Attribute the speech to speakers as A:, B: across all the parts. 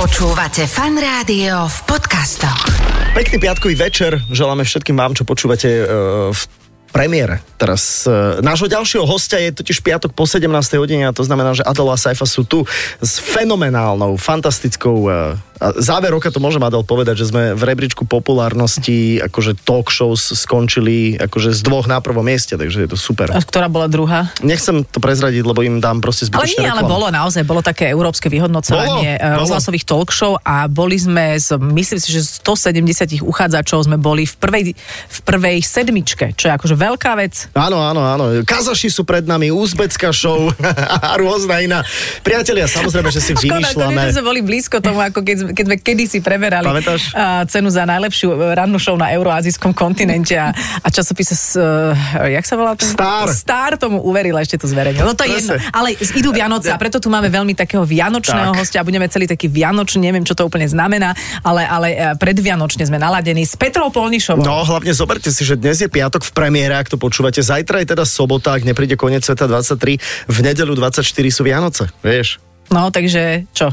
A: Počúvate fan rádio v podcastoch.
B: Pekný piatkový večer želáme všetkým vám, čo počúvate e, v premiére. Teraz e, nášho ďalšieho hostia je totiž piatok po 17. hodine a to znamená, že Adela a Saifa sú tu s fenomenálnou, fantastickou e, a záver roka to môžem Adel povedať, že sme v rebríčku populárnosti, akože talk shows skončili akože z dvoch na prvom mieste, takže je to super.
C: A ktorá bola druhá?
B: Nechcem to prezradiť, lebo im dám proste
C: Ale
B: zbytočné
C: nie, ale
B: reklamy.
C: bolo naozaj, bolo také európske
B: Bolo,
C: vyhodnocovanie
B: bolo.
C: bolo, rozhlasových talk show a boli sme, z, myslím si, že z 170 uchádzačov sme boli v prvej, v prvej sedmičke, čo je akože veľká vec.
B: Áno, áno, áno. Kazaši sú pred nami, uzbecká show a rôzna iná. Priatelia, samozrejme, že si
C: konečne
B: vymýšľame.
C: sme boli blízko tomu, ako keď, sme- keď sme kedysi preberali
B: Pamätáš?
C: a, cenu za najlepšiu e, rannú show na euroazijskom kontinente a, a časopise, s, e, jak sa volá? ten-
B: Star.
C: Star tomu uverila, ešte to zverejnil. No to je jedno,
B: Presne.
C: ale idú Vianoce a preto tu máme veľmi takého
B: Tak.
C: vianočného hostia a budeme celý taký vianočný, neviem, čo to úplne znamená, ale, ale e, predvianočne sme naladení s Petrou Polnišovou.
B: No, hlavne zoberte si, že dnes je piatok v premiére, ak to počúvate. Zajtra je teda sobota, ak nepríde koniec sveta 23, v nedelu 24 sú Vianoce, vieš.
C: No, takže čo?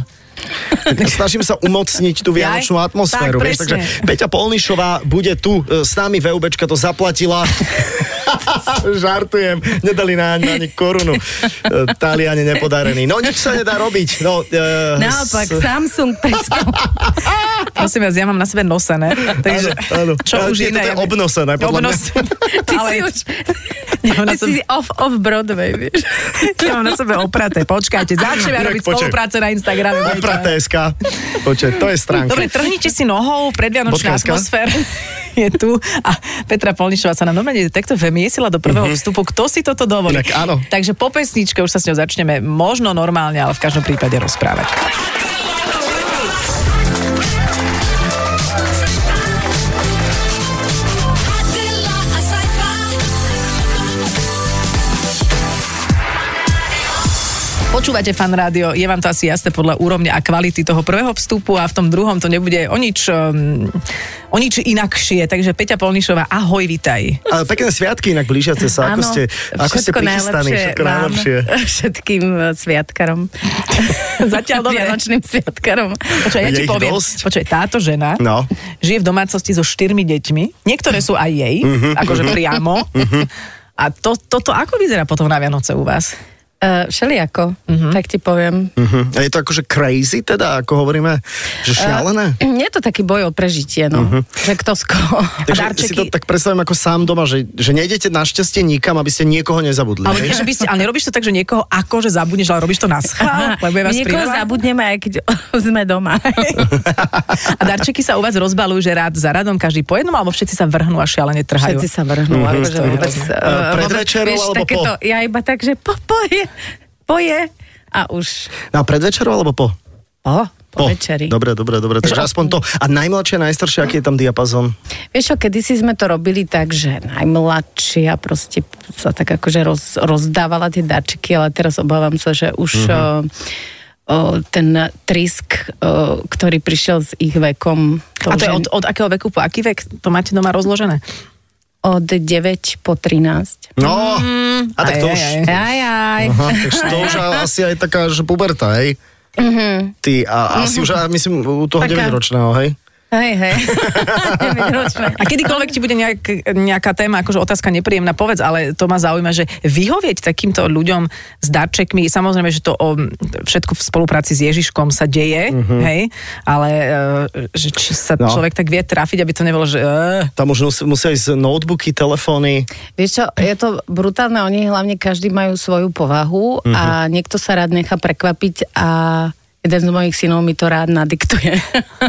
B: Tak Snažím sa umocniť tú vianočnú
C: Jaj,
B: atmosféru.
C: tak
B: vieš, takže
C: presne.
B: Peťa Polnišová bude tu e, s nami, VUBčka to zaplatila. Žartujem, nedali na ani, ani korunu. E, Taliani nepodarený. No nič sa nedá robiť. No, e,
D: Naopak,
B: s-
D: Samsung preskal.
C: Prosím vás, ja mám na sebe nosené. Takže,
B: Áno, áno.
C: Čo
B: Ale
C: už
B: je to
C: iné?
B: teda obnosené, podľa mňa.
C: Obnosené.
D: Ty
C: Ale
D: si už...
C: Ja mám na
D: Ty
C: sebe-
D: si off, off Broadway, vieš.
C: Ja mám na sebe opraté, počkajte, začneme
B: Inak
C: robiť
B: počkaj.
C: spolupráce na Instagrame. budete-
B: Opraté.sk. Počkaj, to je stránka.
C: Dobre, trhnite si nohou, predvianočná
B: Bodka.sk.
C: atmosféra je tu a Petra Polnišová sa nám normálne takto vemiesila do prvého vstupu. Kto si toto dovolí?
B: Mhm. Inak áno.
C: Takže po pesničke už sa s ňou začneme možno normálne, ale v každom prípade rozprávať.
E: Adela a Saifa.
C: Počúvate fan rádio, je vám to asi jasné podľa úrovne a kvality toho prvého vstupu a v tom druhom to nebude o nič, um, o nič inakšie. Takže Peťa Polnišová, ahoj, vitaj.
B: Ale pekné sviatky inak blížiace sa. Ako
D: Áno,
B: ste, ako ste
D: všetko
B: prichystaní,
D: najlepšie
B: všetko
D: vám,
B: najlepšie.
D: Všetkým eh, sviatkarom.
C: Zatiaľ dobre.
D: Vianočným sviatkarom.
C: Počkaj, ja
B: Je
C: ti
B: ich
C: poviem.
B: dosť?
C: Počkaj, táto žena
B: No.
C: žije v domácnosti so štyrmi deťmi. Niektoré sú aj jej,
B: Mhm.
C: akože priamo. A to, toto ako vyzerá potom na Vianoce u vás?
D: Uh, všelijako, tak ti poviem.
B: Mhm. A je to akože crazy teda, ako hovoríme? Že
D: Eh,
B: šialené?
D: Nie je to taký boj o prežitie, no. Že kto s koho.
B: Mhm. Takže
C: darčeky-
B: si to tak predstavím ako sám doma, že, že nejdete našťastie nikam, aby ste niekoho nezabudli.
C: Ale,
B: hej?
C: že by ste, ale nerobíš to tak, že niekoho akože zabudneš, ale robíš to na schvál, lebo je vás
D: Niekoho
C: priveľa?
D: zabudneme, aj keď sme doma.
C: A darčeky sa u vás rozbalujú, že rád za radom každý po jednom, alebo všetci sa vrhnú a šialene trhajú.
D: Všetci sa vrhnú,
B: Mhm,
D: mm-hmm, akože
C: to je
D: vôbec...
C: hrozné.
D: eh,
B: Eh, pred
D: vôbec,
B: večerou
D: vieš,
B: alebo po?
D: takéto, Ja iba tak, že po, poje, poje a už
B: No a predvečeru alebo po?
D: po, po, večeri.
B: Dobre, dobre, dobre. Takže aspoň to. A najmladšie, najstaršie, aký je tam diapazon?
D: Vieš čo, kedysi sme to robili tak, že najmladšia proste sa tak akože roz, rozdávala tie darčeky, ale teraz obávam sa, že už
B: Mhm.
D: mm-hmm. o, o, ten trisk, o, ktorý prišiel s ich vekom, to
C: A to
D: už
C: je od, od akého veku po aký vek? To máte doma rozložené?
D: od 9 po 13.
B: No, a tak to
C: aj,
B: už...
C: aj,
D: Mm, Aj, aj.
B: Aha, takže to už asi aj taká, že puberta, hej? Ty, a asi už, aj, myslím, u toho
D: Mhm. Taká.
B: 9-ročného, hej?
D: Hej, hej. Deväťročné.
C: A kedykoľvek ti bude nejak, nejaká téma, akože otázka nepríjemná, povedz, ale to ma zaujíma, že vyhovieť takýmto ľuďom s darčekmi, samozrejme, že to o, všetko v spolupráci s Ježiškom sa deje, hej, ale e, že či sa
B: Mhm. No.
C: no. človek tak vie trafiť, aby to nebolo, že... e.
B: Tam už mus- musia ísť notebooky, telefóny.
D: Vieš čo, je to brutálne, oni hlavne každý majú svoju povahu uh-huh. a
B: Mhm.
D: niekto sa rád nechá prekvapiť a jeden z mojich synov mi to rád nadiktuje.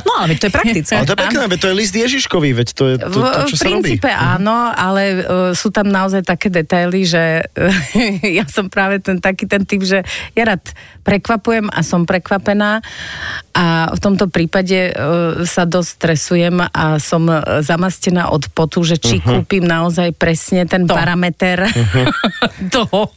C: No ale veď to je praktické.
B: Ale to je pekné, veď to je list Ježiškovi, veď to je to, to čo
D: v
B: sa robí. Mhm.
D: princípe áno, ale uh, sú tam naozaj také detaily, že ja som práve ten taký ten typ, že ja rád prekvapujem a som prekvapená a v tomto prípade uh, sa dosť stresujem a som eh, zamastená
B: Mhm.
D: od potu, že či uh-huh. kúpim naozaj presne ten
C: To.
D: parameter toho.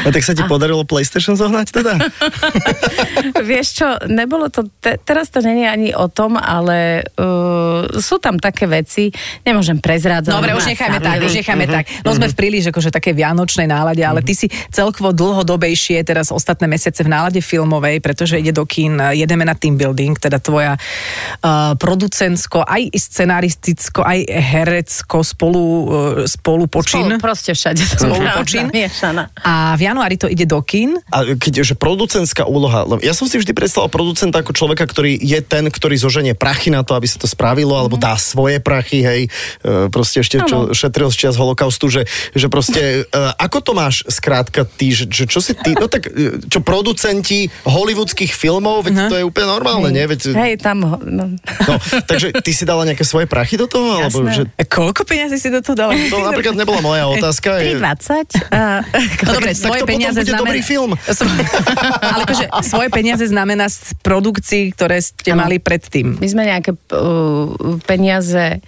B: A tak sa ti podarilo PlayStation zohnať teda?
D: Vieš čo, nebolo to, te, teraz to není ani o tom, ale uh, sú tam také veci, nemôžem prezrádzať.
C: Dobre,
D: lebo
C: už
D: nás
C: nechajme tak,
B: Mhm.
D: zavili.
C: už nechajme tak. No sme v príliš akože také vianočnej nálade, ale
B: Mhm.
C: ty si celkovo dlhodobejšie teraz ostatné mesiace v nálade filmovej, pretože ide do kín, eh, jedeme na team building, teda tvoja uh, producentsko, aj scenaristicko, aj herecko spolu, uh, spolu počin.
D: Spolu, proste všade. som
C: Spolu
D: naozaj
C: počin.
D: Miešaná.
C: A v januári to ide do kín.
B: A keď, že producentská úloha, lebo ja som si vždy predstavoval producenta ako človeka, ktorý je ten, ktorý zoženie prachy na to, aby sa to spravilo, alebo
D: Mhm.
B: dá svoje prachy, hej, e, proste ešte čo šetril z čias holokaustu, že, že proste, e, ako to máš skrátka ty, že, že čo si ty, no tak, e, čo producenti hollywoodských filmov, veď to je úplne normálne, nie? Veď,
D: Hej, tam... ho- No.
B: no, takže ty si dala nejaké svoje prachy do toho, alebo
D: Jasné.
B: že
C: Koľko peniazy si do toho dala?
B: to napríklad nebola moja otázka. je-
D: 3,20?
C: No dobre,
B: Tak
C: svoje
B: to potom
C: peniaze
B: bude
C: znamená...
B: dobrý film.
C: Svoje, ale akože svoje peniaze znamená z produkcií, ktoré ste
D: Áno.
C: mali predtým.
D: My sme nejaké p- uh, peniaze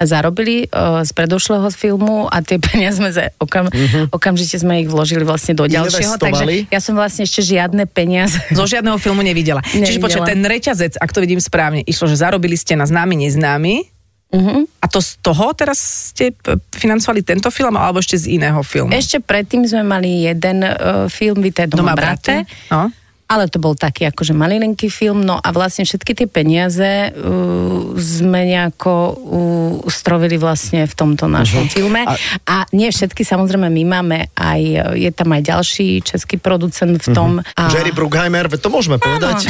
D: zarobili uh, z predošlého filmu a tie peniaze sme za, okam, okamžite sme ich vložili vlastne do ďalšieho.
B: Investovali.
D: Takže ja som vlastne ešte žiadne peniaze.
C: Zo žiadneho filmu nevidela. nevidela. Čiže
D: Nevidela.
C: počkaj, ten reťazec, ak to vidím správne, išlo, že zarobili ste na známy, neznámy. Uh-huh. A to z toho teraz ste p- financovali tento film alebo ešte z iného filmu?
D: Ešte predtým sme mali jeden uh, film Vité
C: Doma
D: doma, brate.
C: brate, no.
D: Ale to bol taký akože malilinký film, no a vlastne všetky tie peniaze uh, sme nejako uh, strovili vlastne v tomto našom
B: Mhm.
D: filme. A... a nie všetky, samozrejme my máme aj, eh, je tam aj ďalší český producent v tom. A...
B: Mhm. Jerry Bruckheimer, veď to môžeme povedať.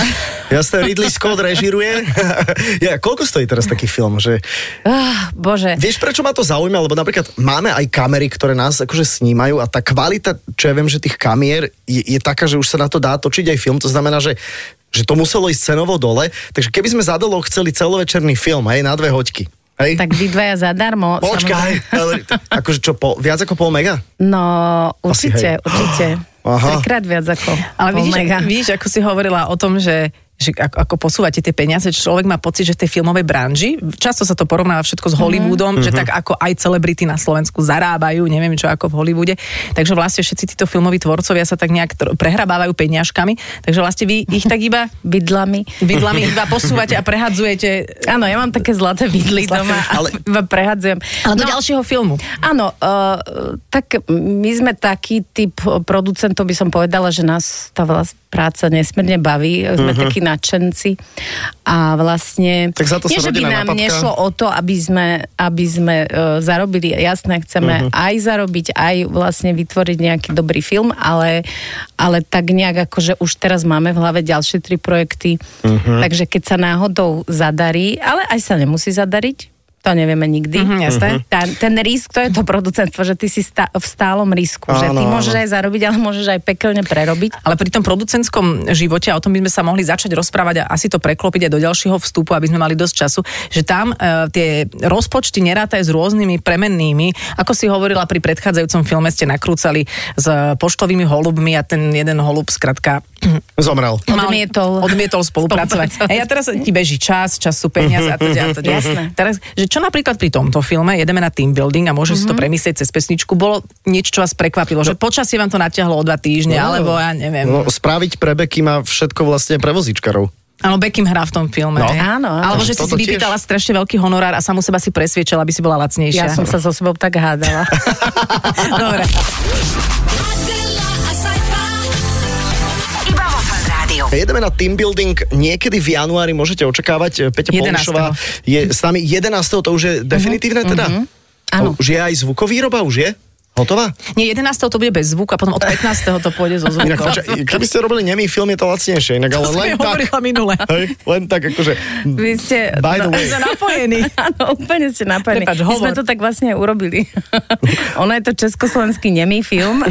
B: Jasné, Ridley Scott režiruje. ja, koľko stojí teraz taký film? Že...
D: Ah, bože.
B: Vieš, prečo ma to zaujíma? Lebo napríklad máme aj kamery, ktoré nás akože snímajú a tá kvalita, čo ja viem, že tých kamier je, je taká, že už sa na to dá točiť aj film. To znamená, že že to muselo ísť cenovo dole, takže keby sme zadolo chceli celovečerný film, hej, na dve hoďky, hej?
D: Tak vy dvaja zadarmo.
B: Počkaj,
D: samozrejme.
B: ale- akože čo, po, viac ako pol mega?
D: No,
B: Asi hej.
D: určite, určite.
B: Aha.
D: Trikrát viac ako.
C: Ale vidíš,
D: Omega.
C: vidíš, ako si hovorila o tom, že že ako, ako posúvate tie peniaze, človek má pocit, že v tej filmovej branži, často sa to porovnáva všetko s Hollywoodom, že tak ako aj celebrity na Slovensku zarábajú, neviem čo ako v Hollywoode, takže vlastne všetci títo filmoví tvorcovia sa tak nejak tr- prehrabávajú peňažkami, takže vlastne vy ich tak iba
D: Bydlami.
C: vidlami iba posúvate a prehadzujete
D: Áno, ja mám také zlaté vidly
C: Zlaté,
D: doma a
B: ale-
D: iba prehadzujem.
C: ale
D: No,
C: do ďalšieho filmu.
D: Áno, uh, tak my sme taký typ producentov, by som povedala, že nás tá vlast, práca nesmierne baví, sme uh-huh. takí nadšenci a vlastne...
B: Tak za to sa
D: nie, že by
B: rodina
D: nám
B: napapká.
D: nešlo o to, aby sme, aby sme uh, zarobili, jasné,
B: Mhm.
D: chceme uh-huh. aj zarobiť, aj vlastne vytvoriť nejaký dobrý film, ale, ale tak nejak akože už teraz máme v hlave ďalšie tri projekty,
B: Mhm.
D: uh-huh. takže keď sa náhodou zadarí, ale aj sa nemusí zadariť, to nevieme nikdy.
C: Mhm, jasné.
D: Ten, ten risk, to je to producentstvo, že ty si stá, v stálom risku, že ty
B: Áno,
D: môžeš aj zarobiť, ale môžeš aj pekelne prerobiť.
C: Ale pri tom producentskom živote, a o tom by sme sa mohli začať rozprávať a asi to preklopiť aj do ďalšieho vstupu, aby sme mali dosť času, že tam e, tie rozpočty nerátajú s rôznymi premennými. Ako si hovorila, pri predchádzajúcom filme ste nakrúcali s e, poštovými holubmi a ten jeden holub zkrátka
B: Zomrel.
D: Mal- Odmietol.
C: odmietol spolupracovať.
D: Spolupracovať.
C: A ja teraz ti beží čas, čas sú peniaze a teda. A teda.
D: Jasné.
C: Teraz, že čo napríklad pri tomto filme, jedeme na team building a môže
D: Mhm.
C: si to premyslieť cez pesničku, bolo niečo, čo vás prekvapilo, že počasie vám to natiahlo o dva týždne, alebo ja neviem.
B: No, spraviť pre Becky má všetko vlastne pre vozičkarov.
C: Áno, Beckham hrá v tom filme.
B: No.
C: hej?
D: Áno, áno.
C: Alebo že si
B: Toto
C: si vypýtala strašne veľký honorár a samu seba si presviečala, aby si bola lacnejšia.
D: Ja som sa so sebou tak hádala.
C: Dobre.
E: Godzilla, a sci-fi.
A: Iba vo Fan Rádiu.
B: Jedeme na team building. Niekedy v januári môžete očakávať. eh, Peťa
C: 11..
B: Polnišová je s nami 11. To už je definitívne teda?
D: Mhm, Áno.
B: Už je aj zvukovýroba? Už je? Hotová?
C: Nie, 11. to bude bez zvuku a potom od 15. to pôjde so
B: Inak,
C: zvukom.
B: poča- keby ste robili nemý film, je to lacnejšie. Inak, ale
C: To som
B: len
C: jej
B: tak.
C: hovorila minule.
B: Hej, len tak, akože...
D: Vy ste...
B: By the way.
C: Sme napojení.
D: Áno, úplne ste napojení.
C: Prepáč,
D: My sme
C: hovor.
D: to tak vlastne aj urobili. ono je to československý nemý film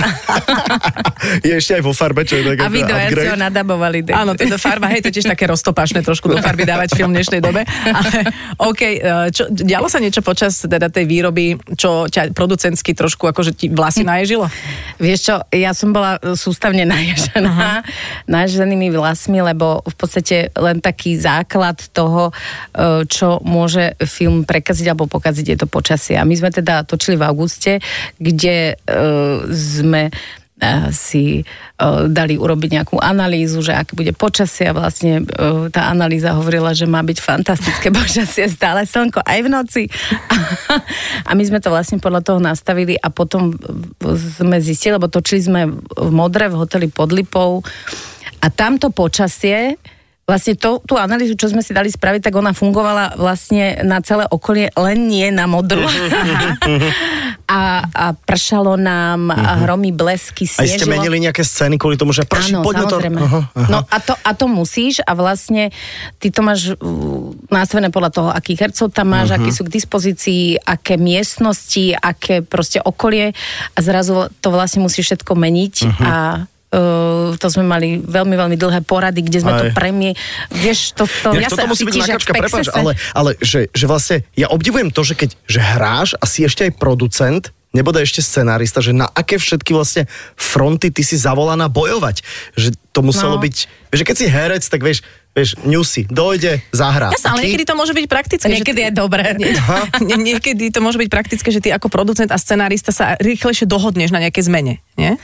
B: je ešte aj vo farbe, čo je tak
D: a vy
B: ako
D: dvaja ste
B: upgrade.
D: ho nadabovali. takže-
C: Áno, teda farba, hej, to je tiež také roztopašné trošku do farby dávať film v dnešnej dobe. Ale OK, e, čo, dialo sa niečo počas teda tej výroby, čo ťa producentsky trošku akože ti vlasy naježilo?
D: Vieš čo, ja som bola e, sústavne naježená naježenými vlasmi, lebo v podstate len taký základ toho, e, čo môže film prekaziť alebo pokaziť, je to počasie. A my sme teda točili v auguste, kde e, sme eh, si eh, dali urobiť nejakú analýzu, že aké bude počasie a vlastne eh, tá analýza hovorila, že má byť fantastické počasie, stále slnko aj v noci. A my sme to vlastne podľa toho nastavili a potom eh, sme zistili, lebo točili sme v Modre v hoteli pod Lipou a tamto počasie Vlastne to, tú analýzu, čo sme si dali spraviť, tak ona fungovala vlastne na celé okolie, len nie na modru. a, a pršalo nám, a hromy, blesky,
B: Aj Mhm. ste
D: snežilo.
B: menili nejaké scény kvôli tomu, že prší,
D: Áno,
B: poďme
D: samozrejme.
B: to... Aha, aha.
D: No a to, a to musíš a vlastne ty to máš uh, nastavené podľa toho, akých hercov tam máš,
B: Mhm.
D: akí sú k dispozícii, aké miestnosti, aké proste okolie a zrazu to vlastne musíš všetko meniť
B: Mhm.
D: a Uh, to sme mali veľmi, veľmi dlhé porady, kde
B: Aj.
D: sme to premie... Vieš, to, to,
B: Ja, toto
D: sa
B: musí byť
D: cítim, že
B: nakačka,
D: v Texase.
B: prepáč, ale, ale že, že vlastne ja obdivujem to, že keď že hráš a si ešte aj producent, neboda ešte scenárista, že na aké všetky vlastne fronty ty si zavolaná bojovať. Že to muselo
D: No.
B: byť... Vieš, že keď si herec, tak vieš, vieš, ňusi, dojde, zahrá.
C: Jasne, ale
B: Ty-
C: niekedy to môže byť praktické. že
D: Niekedy
C: ty-
D: je dobré.
C: Nie, niekedy to môže byť praktické, že ty ako producent a scenárista sa rýchlejšie dohodneš na nejakej zmene, nie?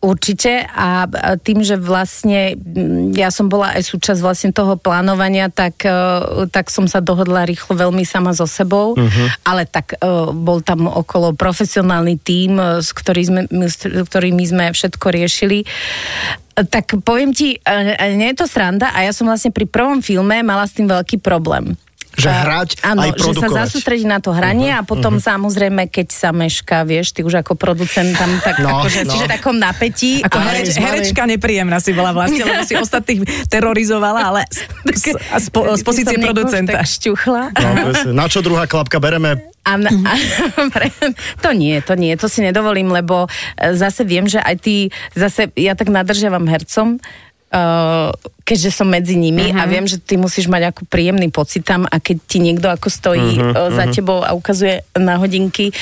D: Určite a a tým, že vlastne mm, ja som bola aj súčasť vlastne toho plánovania, tak, eh, tak som sa dohodla rýchlo veľmi sama so sebou,
B: Mhm.
D: ale tak eh, bol tam okolo profesionálny tím, eh, s ktorý sme, my- s ktorými sme všetko riešili. Eh, Tak poviem ti, eh, eh, nie je to sranda a ja som vlastne pri prvom filme mala s tým veľký problém.
B: Že
D: Eh,
B: hrať
D: áno,
B: aj
D: že sa
B: produkovať.
D: zasústrediť na to hranie
B: Mhm.
D: uh-huh, a potom uh-huh. samozrejme, keď sa meška, vieš, ty už ako producent tam tak,
B: No,
D: no, akože
B: no.
D: no. si v takom napätí
C: Ako
D: ale
C: hereč,
D: my sme mali-
C: herečka nepríjemná si bola vlastne, lebo si ostatných terorizovala, ale z, z, a z, po, z
D: Ty
C: pozície
D: som niekoho
C: producenta.
D: Tak šťuchla.
B: No, presne. na čo druhá klapka bereme?
D: A, na- a, pre- to nie, to nie, to si nedovolím, lebo e, zase viem, že aj ty, zase ja tak nadržiavam hercom, Uh, keďže som medzi nimi uh-huh. a viem, že ty musíš mať ako príjemný pocit tam a keď ti niekto ako stojí uh-huh, uh, za tebou a ukazuje na hodinky,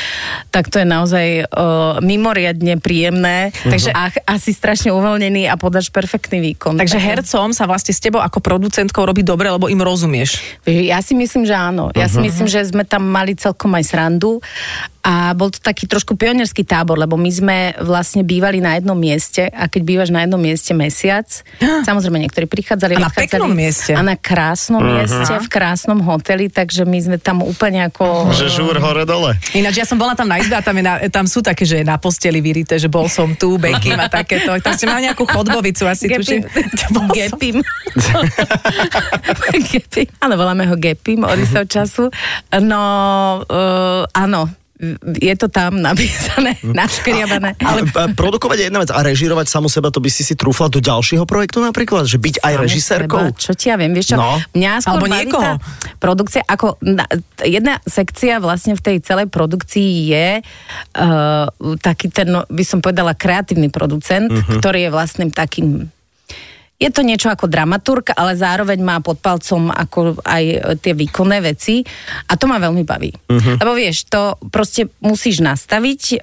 D: tak to je naozaj uh, mimoriadne príjemné. Uh-huh. Takže a, a si strašne uvoľnený a podáš perfektný výkon.
C: Takže hercom sa vlastne s tebou ako producentkou robí dobre, lebo im rozumieš.
D: Ja si myslím, že áno. Ja
C: Mhm.
D: si myslím, že sme tam mali celkom aj srandu a bol to taký trošku pionierský tábor, lebo my sme vlastne bývali na jednom mieste a keď bývaš na jednom mieste mesiac, samozrejme niektorí
C: A
D: prichádzali,
C: na
D: odchádzali.
C: peknom mieste. Mhm.
D: A na krásnom mieste, v krásnom hoteli, takže my sme tam úplne ako...
B: Že žúr hore dole.
C: Ináč, ja som bola tam na izbe a tam, je na, tam sú také, že je na posteli vyrité, že bol som tu, Bekim a takéto. Tam ste mali nejakú chodbovicu asi, tuším.
D: Gepim.
C: Bol som-
D: Gepim. Gepim. Ale voláme ho Gepim od istého času. No, uh, áno, je to tam napísané, naškriabané.
B: Ale a produkovať je jedna vec a režírovať samu seba, to by si si trúfla do ďalšieho projektu napríklad? Že byť aj režisérkou?
D: Seba, čo ti ja viem, vieš čo?
B: No.
D: Mňa skôr
C: Alebo
D: baví
C: niekoho.
D: tá produkcia, ako na, t- jedna sekcia vlastne v tej celej produkcii je uh, taký ten, no, by som povedala, kreatívny producent, ktorý je vlastným takým je to niečo ako dramaturg, ale zároveň má pod palcom ako aj e, tie výkonné veci a to ma veľmi baví. Lebo vieš, to proste musíš nastaviť e,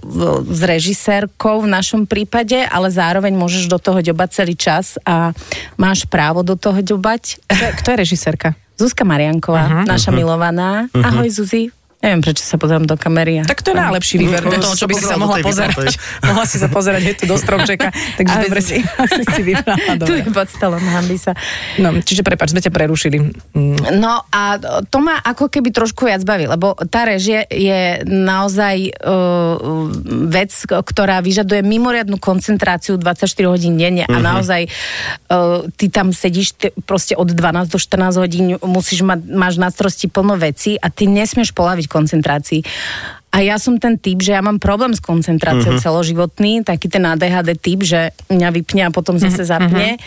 D: v- s režisérkou v našom prípade, ale zároveň môžeš do toho ďobať celý čas a máš právo do toho ďobať.
C: Kto je- Kto je režisérka?
D: Zuzka
C: Mhm,
D: Marianková, naša milovaná. Ahoj Zuzi. Neviem, prečo sa pozerám do kamery.
C: Tak to je najlepší výber
B: Mm,
C: do toho, čo by si sa mohla pozerať. Mohla si sa pozerať hneď tu do stromčeka, takže
D: Ale-
C: dobre si, asi si vybrala.
D: Tu
C: dobre.
D: je pod stolom, hambi sa.
C: No, čiže prepač, sme ťa prerušili. Mm.
D: No a to ma ako keby trošku viac baví, lebo tá režie je naozaj uh, vec, ktorá vyžaduje mimoriadnu koncentráciu 24 hodín denne a naozaj uh, ty tam sedíš ty, proste od 12 do 14 hodín, musíš mať, máš na starosti plno veci a ty nesmieš polaviť koncentrácii. A ja som ten typ, že ja mám problém s koncentráciou celoživotný, taký ten ADHD typ, že mňa vypne a potom zase zapne.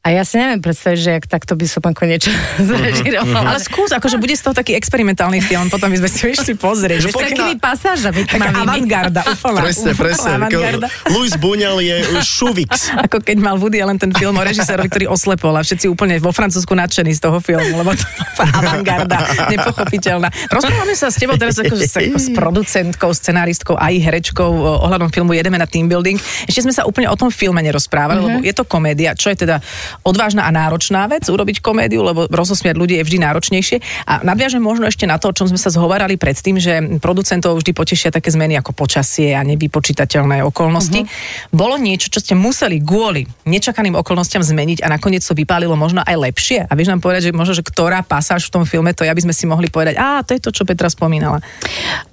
D: A ja si neviem predstaviť, že ak takto by som ako niečo
B: Mhm,
D: zrežirovala.
C: Ale
D: Ale
C: skús, akože bude z toho taký experimentálny film, potom by sme si ho išli pozrieť.
D: s
B: Že pokiaľ-
D: takými pasážami
C: Taká
D: tmavými.
C: avantgarda, úplná.
B: Presne,
C: úplná
B: presne. akože-
C: avantgarda.
B: Luis Buňal je eh, Šuvix.
C: Ako keď mal Woody len ten film o režisérovi, ktorý oslepol a všetci úplne vo Francúzsku nadšení z toho filmu, lebo to bola avantgarda, nepochopiteľná. Rozprávame sa s tebou teraz ako, s, ako s producentkou, scenáristkou aj herečkou eh, o- ohľadom filmu Jedeme na team building. Ešte sme sa úplne o tom filme nerozprávali, lebo je to komédia, čo je teda odvážna a náročná vec urobiť komédiu, lebo rozosmiať ľudí je vždy náročnejšie. A nadviažem možno ešte na to, o čom sme sa zhovárali predtým, že producentov vždy potešia také zmeny ako počasie a nevypočítateľné
D: Mhm.
C: okolnosti. Uh-huh. Bolo niečo, čo ste museli kvôli nečakaným okolnostiam zmeniť a nakoniec to vypálilo možno aj lepšie. A vieš nám povedať, že možno, že ktorá pasáž v tom filme, to je, aby sme si mohli povedať, a to je to, čo Petra spomínala.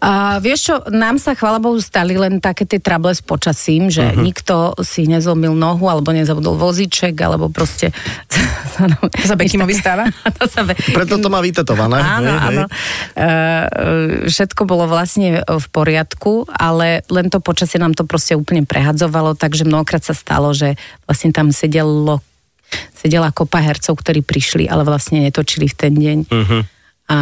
D: A vieš čo, nám sa chvala Bohu stali len také tie trable s počasím, že
B: Mhm.
D: uh-huh. nikto si nezlomil nohu alebo nezabudol voziček, alebo proste...
C: To sa Bekimovi stáva?
D: to sa be...
B: Preto to má vytetované.
D: Áno,
B: hej, hej.
D: áno. E, všetko bolo vlastne v poriadku, ale len to počasie nám to proste úplne prehadzovalo, takže mnohokrát sa stalo, že vlastne tam sedelo, sedela kopa hercov, ktorí prišli, ale vlastne netočili v ten deň.
B: Mhm.
D: Uh-huh. A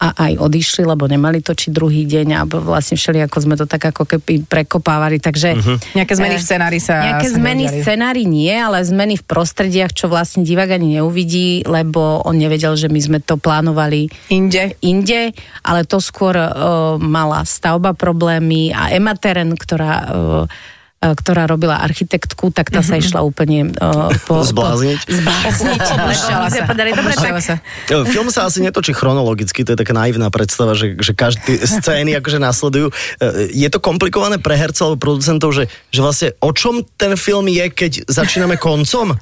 D: a aj odišli, lebo nemali točiť druhý deň a vlastne všeli, ako sme to tak ako keby prekopávali, takže...
B: Mhm.
D: Uh-huh.
C: Nejaké zmeny v scenári sa...
D: Nejaké
C: sa
D: zmeny v
C: neudiali.
D: scenári nie, ale zmeny v prostrediach, čo vlastne divák ani neuvidí, lebo on nevedel, že my sme to plánovali
C: Inde.
D: inde, ale to skôr uh, mala stavba problémy a Ema Teren, ktorá... Uh, e, ktorá robila architektku, tak tá sa išla úplne uh, po...
B: Zblázniť.
D: Po, zblázniť.
C: Oblešiala Mhm. sa.
D: Povedali, Dobre, tak
C: Oblešiala sa.
B: E, Film sa asi netočí chronologicky, to je taká naivná predstava, že, že každý scény akože nasledujú. E, Je to komplikované pre herca alebo producentov, že, že vlastne o čom ten film je, keď začíname koncom?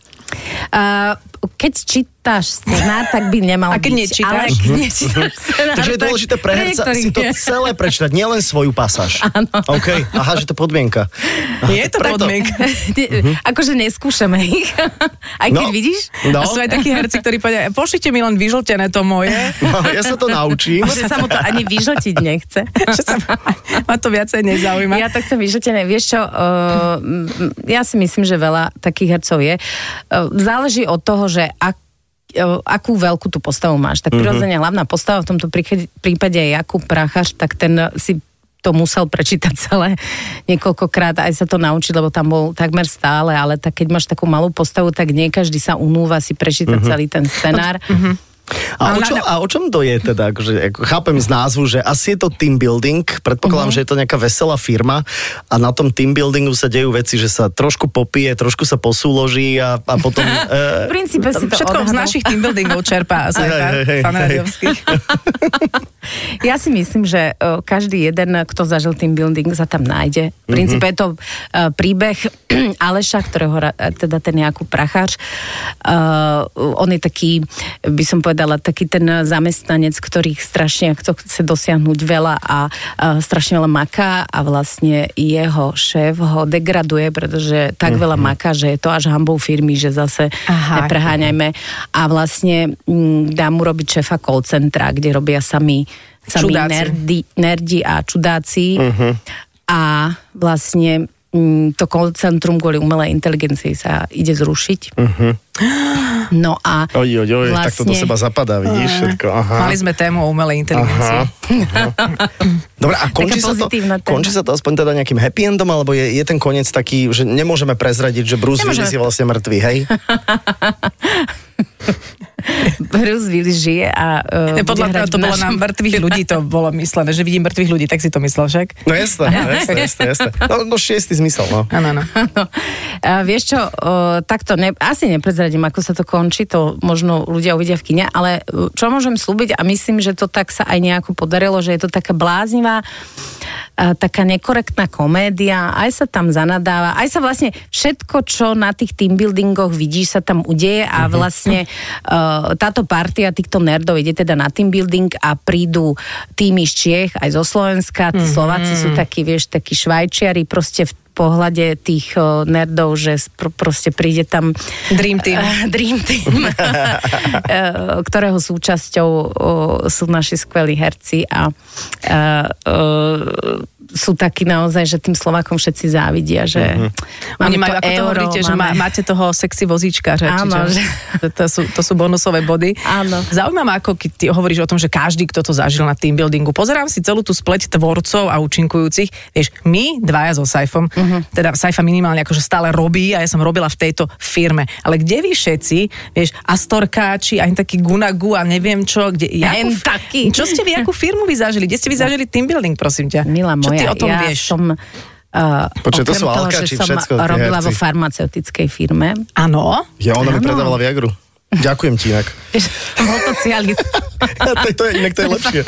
D: Uh, keď čítáš scenár, tak by nemal
C: A keď
D: byť.
C: nečítáš?
D: Ale keď nečítáš scenár,
B: Takže je
D: tak
B: dôležité pre herca
D: niektorý
B: si to
D: je.
B: celé prečítať, nielen svoju pasáž. Áno. OK, aha, že to je podmienka. Aha,
C: Je
B: tak
C: to
B: preto.
C: podmienka.
D: Ne- Akože neskúšame ich. Aj keď
B: No.
D: vidíš.
B: No.
C: A sú aj takí herci, ktorí povedia, pošlite mi len vyžltené to moje.
B: No, ja sa to naučím.
D: Že sa mu to ani vyžotiť nechce.
C: Že sa ma, ma to viacej nezaujíma.
D: Ja to chcem vyžotené. Vieš čo, uh, ja si myslím, že veľa takých hercov je. Uh, záleží od toho, že ak eh, akú veľkú tú postavu máš.
C: Mhm.
D: Tak prirodzene hlavná postava v tomto príke- prípade je Jakub Prachaš, tak ten eh, si to musel prečítať celé niekoľkokrát, aj sa to naučiť, lebo tam bol takmer stále, ale tak keď máš takú malú postavu, tak nie každý sa unúva si
C: Mhm.
D: prečítať celý ten scenár.
B: A o, čo, a o čom to je teda? Akože, ako, chápem z názvu, že asi je to team building.
D: Mhm.
B: Predpokladám, že je to nejaká veselá firma a na tom team buildingu sa dejú veci, že sa trošku popije, trošku sa posúloží a, a potom... e,
D: V princípe si to
C: Všetko z
D: odhadol.
C: našich team buildingov čerpá sa
B: Hej, hej, hej,
C: pán
B: hej.
C: Radiovský.
D: Ja si myslím, že e, každý jeden, kto zažil team building, sa tam nájde. V princípe je to e, príbeh Aleša, ktorého ra- e, teda ten Jakub Pracháč. E, On je taký, by som povedala, taký ten zamestnanec, ktorý strašne chce- chce dosiahnuť veľa a e, strašne veľa maká a vlastne jeho šéf ho degraduje, pretože tak veľa maká, že je to až hambou firmy, že zase
C: Aha.
D: nepreháňa preháňajme. A vlastne mm, dá mu robiť šefa call centra, kde robia sami, sami
C: Čudáci.
D: nerdy, nerdi a čudáci.
B: Mhm.
D: Uh-huh. A vlastne mm, to call centrum kvôli umelej inteligencii sa ide zrušiť. Uh-huh. No a vlastne
B: Oj, Mhm. oj, oj, tak to do seba zapadá, vidíš všetko. Aha. No.
C: Mali sme tému o umelej inteligencii.
B: Dobre, a končí sa, to,
D: pozitívna téma.
B: končí sa to aspoň teda nejakým happy endom, alebo je, je ten koniec taký, že nemôžeme prezradiť, že Bruce
D: Nemôžeme.
B: Willis je vlastne mŕtvý, hej?
D: Bruce Willis žije a uh,
C: Ne, podľa toho to bolo na mŕtvych ľudí, to bolo myslené, že vidím mŕtvych ľudí, tak si to myslel však.
B: No jasné, jasné, jasné, jasné. No, no šiestý zmysel, no.
C: Áno, áno.
D: Áno. A vieš čo, o, takto ne, asi neprezradím, ako sa to končí, to možno ľudia uvidia v kine, ale e, čo môžem slúbiť a myslím, že to tak sa aj nejako podarilo, že je to taká bláznivá, a, taká nekorektná komédia, aj sa tam zanadáva, aj sa vlastne všetko, čo na tých team buildingoch vidíš, sa tam udeje a vlastne uh, táto partia týchto nerdov ide teda na team building a prídu týmy z Čiech, aj zo Slovenska, tí Slováci sú takí, vieš, takí švajčiari, proste v pohľade tých eh, nerdov, že s- pr- proste príde tam
C: Dream team.
D: Eh, Dream Team, eh, ktorého súčasťou eh, sú naši skvelí herci a eh, eh, sú takí naozaj, že tým Slovákom všetci závidia, že
B: Mhm.
C: Oni
D: máme
C: majú,
D: to
C: ako to
D: euro,
C: hovoríte, že má,
D: máme-
C: máte toho sexy vozíčka, že,
D: Áno,
C: či čo?
D: že-
C: To, to, sú, to sú bonusové body.
D: Áno.
C: Zaujíma ma, ako keď ty hovoríš o tom, že každý, kto to zažil na team buildingu, pozerám si celú tú spleť tvorcov a účinkujúcich. Vieš, my dvaja so Saifom,
D: Mhm.
C: teda Saifa minimálne akože stále robí a ja som robila v tejto firme. Ale kde vy všetci, vieš, Astorkáči, aj taký Gunagu a neviem čo, kde...
D: Len
C: jakú-
D: taký.
C: Čo ste vy, akú firmu vy zažili? Kde ste vy zažili team building, prosím ťa?
D: Milá
C: čo
D: moja,
C: ty o tom
D: ja
C: vieš?
D: som Uh,
B: Počkaj, to sú alkači,
D: že som
B: všetko, tí
D: robila
B: herci.
D: vo farmaceutickej firme.
C: Áno.
B: Ja, ona mi
D: Áno.
B: predávala Viagru. Ďakujem ti inak.
D: Bol to cialis.
B: to, to je, inak to je lepšie.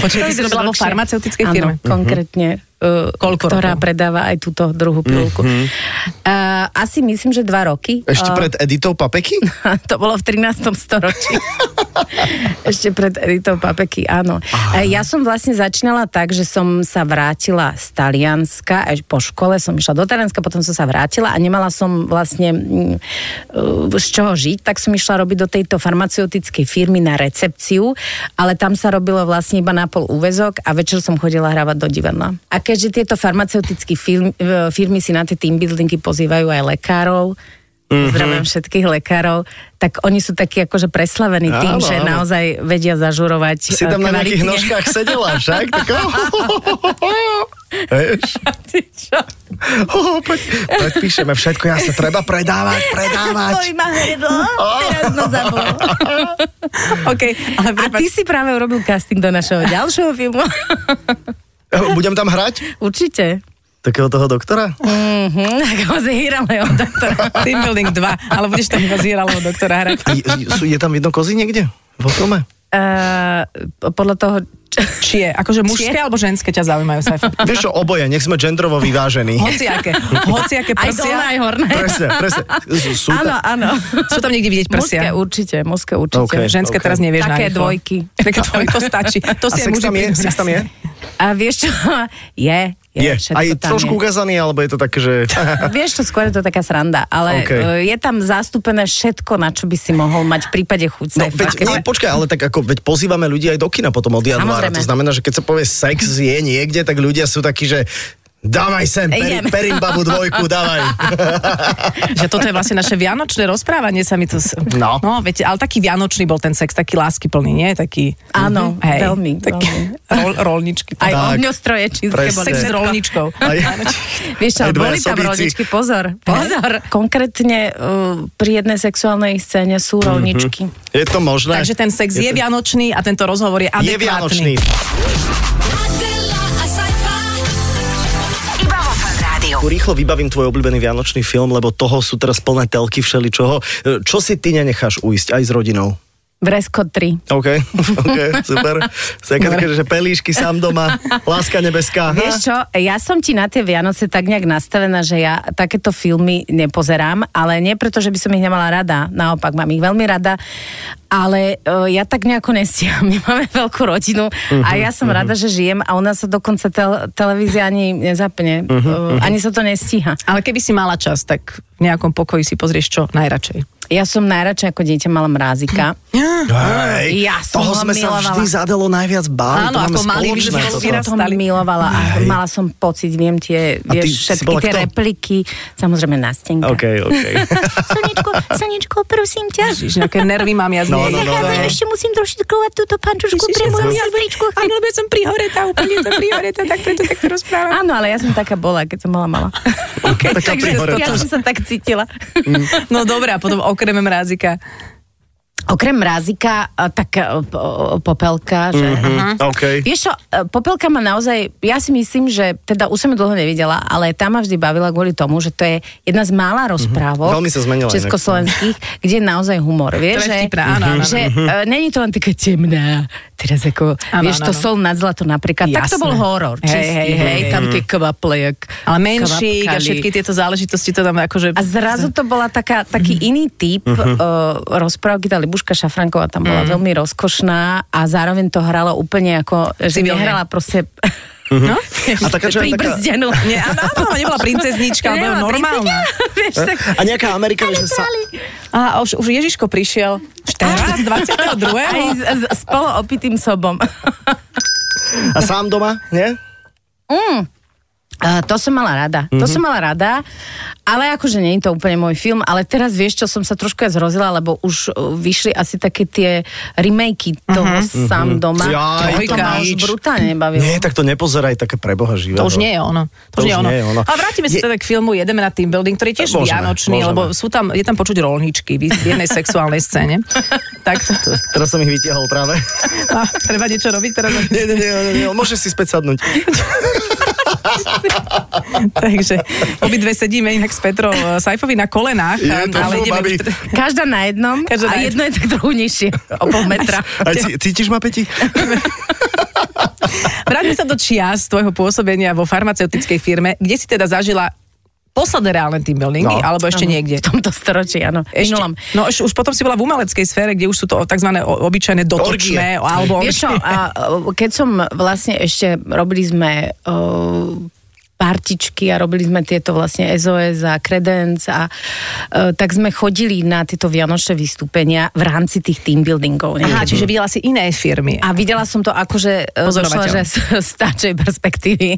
C: Počkaj, ty si robila vo farmaceutickej firme.
D: Áno, konkrétne. Uh,
C: Koľko
D: ktorá
C: rokov?
D: predáva aj túto druhú pilulku. Uh, asi myslím, že dva roky.
B: Ešte
D: Uh,
B: pred Editou Papeky?
D: to bolo v 13. storočí. Ešte pred Editou Papeky, áno. E, Ja som vlastne začínala tak, že som sa vrátila z Talianska, až po škole som išla do Talianska, potom som sa vrátila a nemala som vlastne mm, e, z čoho žiť, tak som išla robiť do tejto farmaceutickej firmy na recepciu, ale tam sa robilo vlastne iba na pol úvezok a večer som chodila hrávať do divadla. A keďže tieto farmaceutické firmy, e, firmy si na tie team buildingy pozývajú aj lekárov,
B: Mhm.
D: Pozdravujem všetkých lekárov. Tak oni sú takí akože preslavení tým,
B: Áno,
D: že
B: áno.
D: naozaj vedia zažurovať
B: Si
D: eh,
B: tam na nejakých
D: kvalitne.
B: nožkách sedela, však? Tak... oh, Vieš?
D: Ty čo?
B: Oh, poď, predpíšeme všetko, ja sa treba predávať, predávať.
D: Bolí ma hrdlo, teraz ma zabolo.
C: OK, ale
D: A ty si práve urobil casting do našeho ďalšieho filmu.
B: Eh, Budem tam hrať?
D: Určite.
B: Takého toho doktora?
D: Mhm, tak ho zhýrame od doktora.
C: Team Building 2, ale budeš tam iba zíralého doktora hrať.
B: Je, sú- je tam jedno kozy niekde? Vo filme?
D: Eh, podľa toho... Čo,
C: Či je, akože mužské alebo ženské ťa zaujímajú, Saifa?
B: Vieš čo, oboje, nech sme gendrovo vyvážení.
C: Hociaké, hociaké
D: aj dolné,
C: prsia.
D: aj horné.
B: Presne, presne. Sú, sú
D: Áno,
B: tam...
D: áno.
C: Sú tam niekde vidieť
D: Mužské
C: prsia.
D: určite, mužské určite.
B: OK.
C: Ženské
B: OK.
C: teraz nevieš na
D: Také
C: rýchlo.
D: dvojky.
C: Tak to, to stačí. To
B: A
C: si aj
B: sex
C: muži
B: tam je?
C: prídu.
B: Sex tam je?
D: A vieš čo? Je. Je,
B: Je.
D: všetko
B: Aj
D: tam
B: trošku
D: je.
B: ukazaný, alebo je to také, že...
D: Vieš, to skôr je to taká sranda,
B: Okej.
D: ale okay. je tam zastúpené všetko, na čo by si mohol mať v prípade chuť.
B: No,
D: Saifa.
B: veď, nie, počkaj, ale tak ako, veď pozývame ľudí aj do kina potom od januára.
D: Samozrejme.
B: To znamená, že keď sa povie sex je niekde, tak ľudia sú takí, že dávaj sem, peri,
D: Idem.
B: perím babu dvojku, dávaj.
C: Že toto je vlastne naše vianočné rozprávanie, sa mi to... s-
B: No.
C: no viete, ale taký vianočný bol ten sex, taký láskyplný, nie? Taký... Mhm.
D: Áno,
C: Hej,
D: veľmi,
C: Taký
D: veľmi.
C: Rol, rolničky.
D: Aj
B: Tak.
D: ohňostroje čínske
B: Presne.
D: boli.
C: Sex s
B: všetko.
C: rolničkou.
B: Aj,
D: Vieš,
B: Aj
D: ale
B: dvaja
D: boli tam
B: sobíci.
D: rolničky, pozor, pozor. Konkrétne uh, pri jednej sexuálnej scéne
B: Mhm.
D: sú rolničky.
B: je to možné?
C: Takže ten sex je,
B: to-
C: vianočný a tento rozhovor je
B: je
C: adekvátny.
B: vianočný.
E: Adela, a sci-fi.
A: Iba vo Fan Rádiu.
B: Rýchlo vybavím tvoj obľúbený vianočný film, lebo toho sú teraz plné telky všeličoho. E, Čo si ty nenecháš uísť aj s rodinou?
D: Bresko 3.
B: OK, OK, super. Také,
C: Dobre.
B: také, že pelíšky sám doma, láska nebeská.
D: Vieš čo, ja som ti na tie Vianoce tak nejak nastavená, že ja takéto filmy nepozerám, ale nie preto, že by som ich nemala rada, naopak mám ich veľmi rada, ale uh, ja tak nejako nestiam, my máme veľkú rodinu
B: Mhm,
D: a ja som rada, že žijem a u nás sa dokonca tel- televízia ani
B: Mhm,
D: nezapne, uh, ani sa to nestíha.
C: Ale keby si mala čas, tak v nejakom pokoji si pozrieš čo najradšej.
D: Ja som najradšej ako dieťa mala mrázika.
B: Mhm. Hej,
D: Ja som
B: toho
D: ho
B: sme sa
D: milovala.
B: vždy zadalo najviac báli.
C: Áno,
B: to máme
C: ako malí by
B: spoločné
C: sme
B: toto.
C: zvieratá.
D: som
C: vyrastali.
D: milovala a mala som pocit, viem
B: A
D: tie,
B: ty
D: vieš,
B: si
D: všetky
B: bola
D: tie
B: kto?
D: repliky, samozrejme nástenka.
B: OK, OK.
D: Slnečko, slnečko, prosím ťa.
C: Čiže nejaké nervy mám ja z
B: No, no, no,
C: nej.
B: no.
D: Zachádzajú, ešte musím trošičku kovať túto pančušku
C: Ježiš,
D: pre
C: ja som
D: moju
C: ja-
D: sestričku.
C: Áno, no, lebo ja som prihoreta, úplne som prihoreta, tak preto takto rozprávam.
D: Áno, ale ja som taká bola, keď som bola malá.
C: Okay,
B: Taká
C: takže
B: prihoreta.
D: Ja
C: toto-
D: som sa tak cítila.
C: No dobré, a potom okrem mrázika.
D: Okrem mrazika, tak e, po- popelka, že...
B: Mhm, OK.
D: Vieš čo, e, Popelka ma naozaj, ja si myslím, že teda už som ju dlho nevidela, ale tá ma vždy bavila kvôli tomu, že to je jedna z mála rozprávok
B: Mhm. Veľmi sa zmenila inak. no.
D: československých, kde je naozaj humor.
C: je
D: Vieš, že,
C: vtipná, áno, áno, áno.
D: že e, není to len taká temná, teraz ako,
C: Áno,
D: vieš,
C: áno,
D: to
C: áno.
D: sol nad zlato napríklad, tak to
C: Jasné.
D: bol horor,
C: Hej,
D: čistý, hej,
C: hej, hej.
D: tam tie kvaple, jak
C: Ale menšík a
D: kvapkali.
C: všetky tieto záležitosti to tam akože...
D: A zrazu to bola taká, taký
B: Mhm.
D: iný typ uh, rozprávky, tá Libuška Šafranková tam
B: Mhm.
D: bola veľmi rozkošná a zároveň to hralo úplne ako, že
C: Civilne.
D: nehrala proste
C: No?
B: Mhm. A taká, čo je taká...
D: pribrzdenú.
C: Nie, áno, áno, nebola princeznička, ale bola
D: Nebola
C: normálna.
D: Vieš, tak...
B: A nejaká Amerika, že sa...
C: A už, už Ježiško prišiel 14, 22.
D: Aj s, s, s poloopitým sobom.
B: A sám doma, nie?
D: Uh, Mm. to som mala rada. Mm-hmm. To som mala rada, ale akože nie je to úplne môj film, ale teraz vieš, čo som sa trošku aj zrozila, lebo už uh, vyšli asi také tie remakey toho mm-hmm.
C: Mhm.
D: sám doma.
B: Jaj,
D: to ma už
C: nič.
D: brutálne nebavilo.
B: Nie, tak to nepozeraj, také preboha no. živého.
C: To už nie je ono. To, už nie je ono. A vrátime sa
B: Je-
C: teda k filmu Jedeme na team building, ktorý je tiež
B: Môžeme,
C: vianočný,
B: môžeme.
C: lebo sú tam, je tam počuť rolničky v v jednej sexuálnej scéne. tak to,
B: Teraz som ich vytiahol práve.
C: a, treba niečo robiť teraz.
B: nie, nie, nie, nie, nie, môžeš si späť sadnúť.
C: Takže obidve sedíme inak s Petrou e, Sajfovi na kolenách. eh,
F: Je
C: a-
F: to fú, babi.
C: už-
D: Každá na jednom
C: Každá
D: a
C: na
D: jedno je tak trochu nižšie, o pol metra.
F: Aj cí- cítiš ma, Peti?
C: Vráťme sa do čias tvojho pôsobenia vo farmaceutickej firme, kde si teda zažila posledné reálne team buildingy,
B: No.
C: no, alebo ešte
D: Áno,
C: niekde.
D: V tomto storočí, áno.
C: Ešte,
D: Minulom.
C: no už, už potom si bola v umeleckej sfére, kde už sú to tzv. o- obyčajné dotočné, alebo
D: Vieš čo,
C: orgie.
D: a, o, keď som vlastne ešte, robili sme o, partičky a robili sme tieto vlastne SOS a Credence a e, tak sme chodili na tieto Vianočné vystúpenia v rámci tých team buildingov.
F: Mhm.
C: Aha, čiže videla si iné firmy.
D: A videla som to akože e, došla,
C: Pozorovateľ. Mhm.
D: že z, z táčej perspektívy.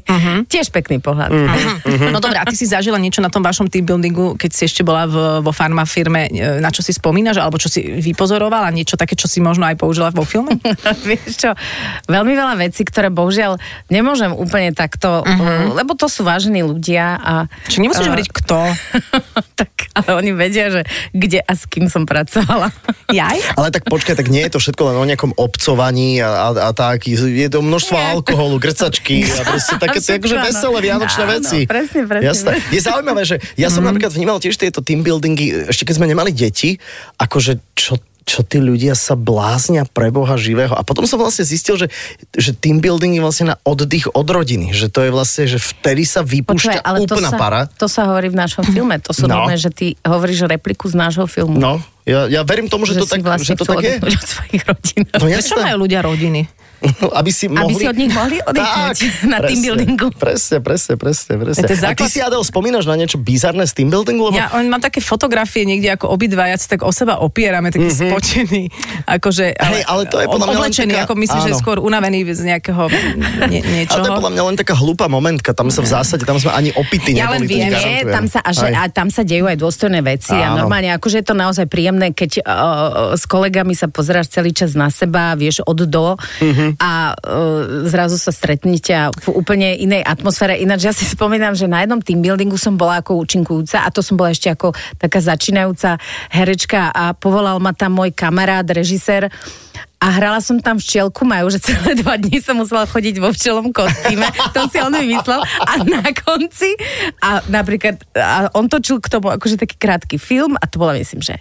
D: Tiež pekný pohľad.
F: Mhm.
C: No dobré, a ty si zažila niečo na tom vašom team buildingu, keď si ešte bola v, vo farma firme, e, na čo si spomínaš, alebo čo si vypozorovala, niečo také, čo si možno aj použila vo filme?
D: Vieš čo, veľmi veľa vecí, ktoré bohužiaľ nemôžem úplne takto,
B: Mhm.
D: uh lebo to sú vážení ľudia a...
C: Čiže nemusíš hovoriť kto.
D: tak, ale oni vedia, že kde a s kým som pracovala.
C: Jaj?
B: Ale tak počkaj, tak nie je to všetko len o nejakom obcovaní a, a, a tak. Je to množstvo nie. alkoholu, grcačky a proste také tie
D: Všetko,
B: akože
D: áno.
B: veselé vianočné
D: Áno,
B: veci.
D: presne, presne. Mhm.
B: Jasné. Je zaujímavé, že ja som napríklad vnímal tiež tieto team buildingy, ešte keď sme nemali deti, akože čo čo tí ľudia sa bláznia pre Boha živého. A potom som vlastne zistil, že, že team building je vlastne na oddych od rodiny. Že to je vlastne, že vtedy sa vypúšťa
D: Počúvaj, ale to
B: úplná
D: sa,
B: para.
D: to sa hovorí v našom filme. To sú
B: No.
D: no. že ty hovoríš repliku z nášho filmu.
B: No, ja, ja verím tomu, že, že, to,
D: si
B: tak, že
D: vlastne
B: to
D: chcel
B: tak je.
D: oddychnúť Od svojich rodín.
B: No
C: Prečo
B: jasné.
C: majú ľudia rodiny?
B: No, Aby si, mohli...
D: Aby si od nich mohli oddychnúť na team buildingu.
B: Presne, presne, presne. presne.
C: To
B: A ty
C: je základ-
B: si, Adel, spomínaš na niečo bizarné z team buildingu? Lebo...
C: Ja on, mám také fotografie niekde ako obidva, ja sa tak o seba opierame, taký mm-hmm. spočený. Akože,
B: Mhm. Hej, ale to je podľa mňa len
C: oblečený,
B: taká-
C: ako myslím, že
B: áno.
C: skôr unavený z nejakého nie,
B: Ale to je podľa
C: niečoho.
B: mňa len taká hlúpa momentka, tam sa v zásade, tam sme ani opity
D: Ja
B: neboli. to
D: len
B: ti
D: viem, nie,
B: garantujem.
D: tam sa, a, že,
B: Aj.
D: a tam sa dejú aj dôstojné veci a
B: Áno.
D: normálne, akože je to naozaj príjemné, keď uh, s kolegami sa pozeráš celý čas na seba, vieš, od do
B: Mhm.
D: a uh, zrazu sa stretnete a v úplne inej atmosfére. Ináč ja si spomínam, že na jednom team buildingu som bola ako účinkujúca a to som bola ešte ako taká začínajúca herečka a povolal ma tam môj kamarát, režisér a hrala som tam včielku Maju, že celé dva dní som musela chodiť vo včelom kostýme. To si on vymyslel. A na konci, a napríklad, a on točil k tomu akože taký krátky film a to bola myslím, že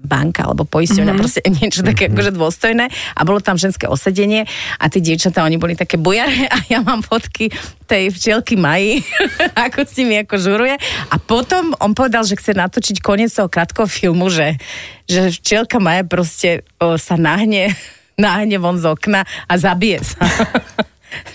D: banka alebo poisťovňa,
C: Mhm.
D: mm-hmm. proste niečo také
B: Mhm.
D: mm-hmm. akože dôstojné a bolo tam ženské osedenie a tie dievčatá, oni boli také bujaré a ja mám fotky tej včielky Maji, ako s nimi ako žuruje a potom on povedal, že chce natočiť koniec toho krátkoho filmu, že, že včielka Maja proste o, sa nahne, nahne von z okna a zabije sa.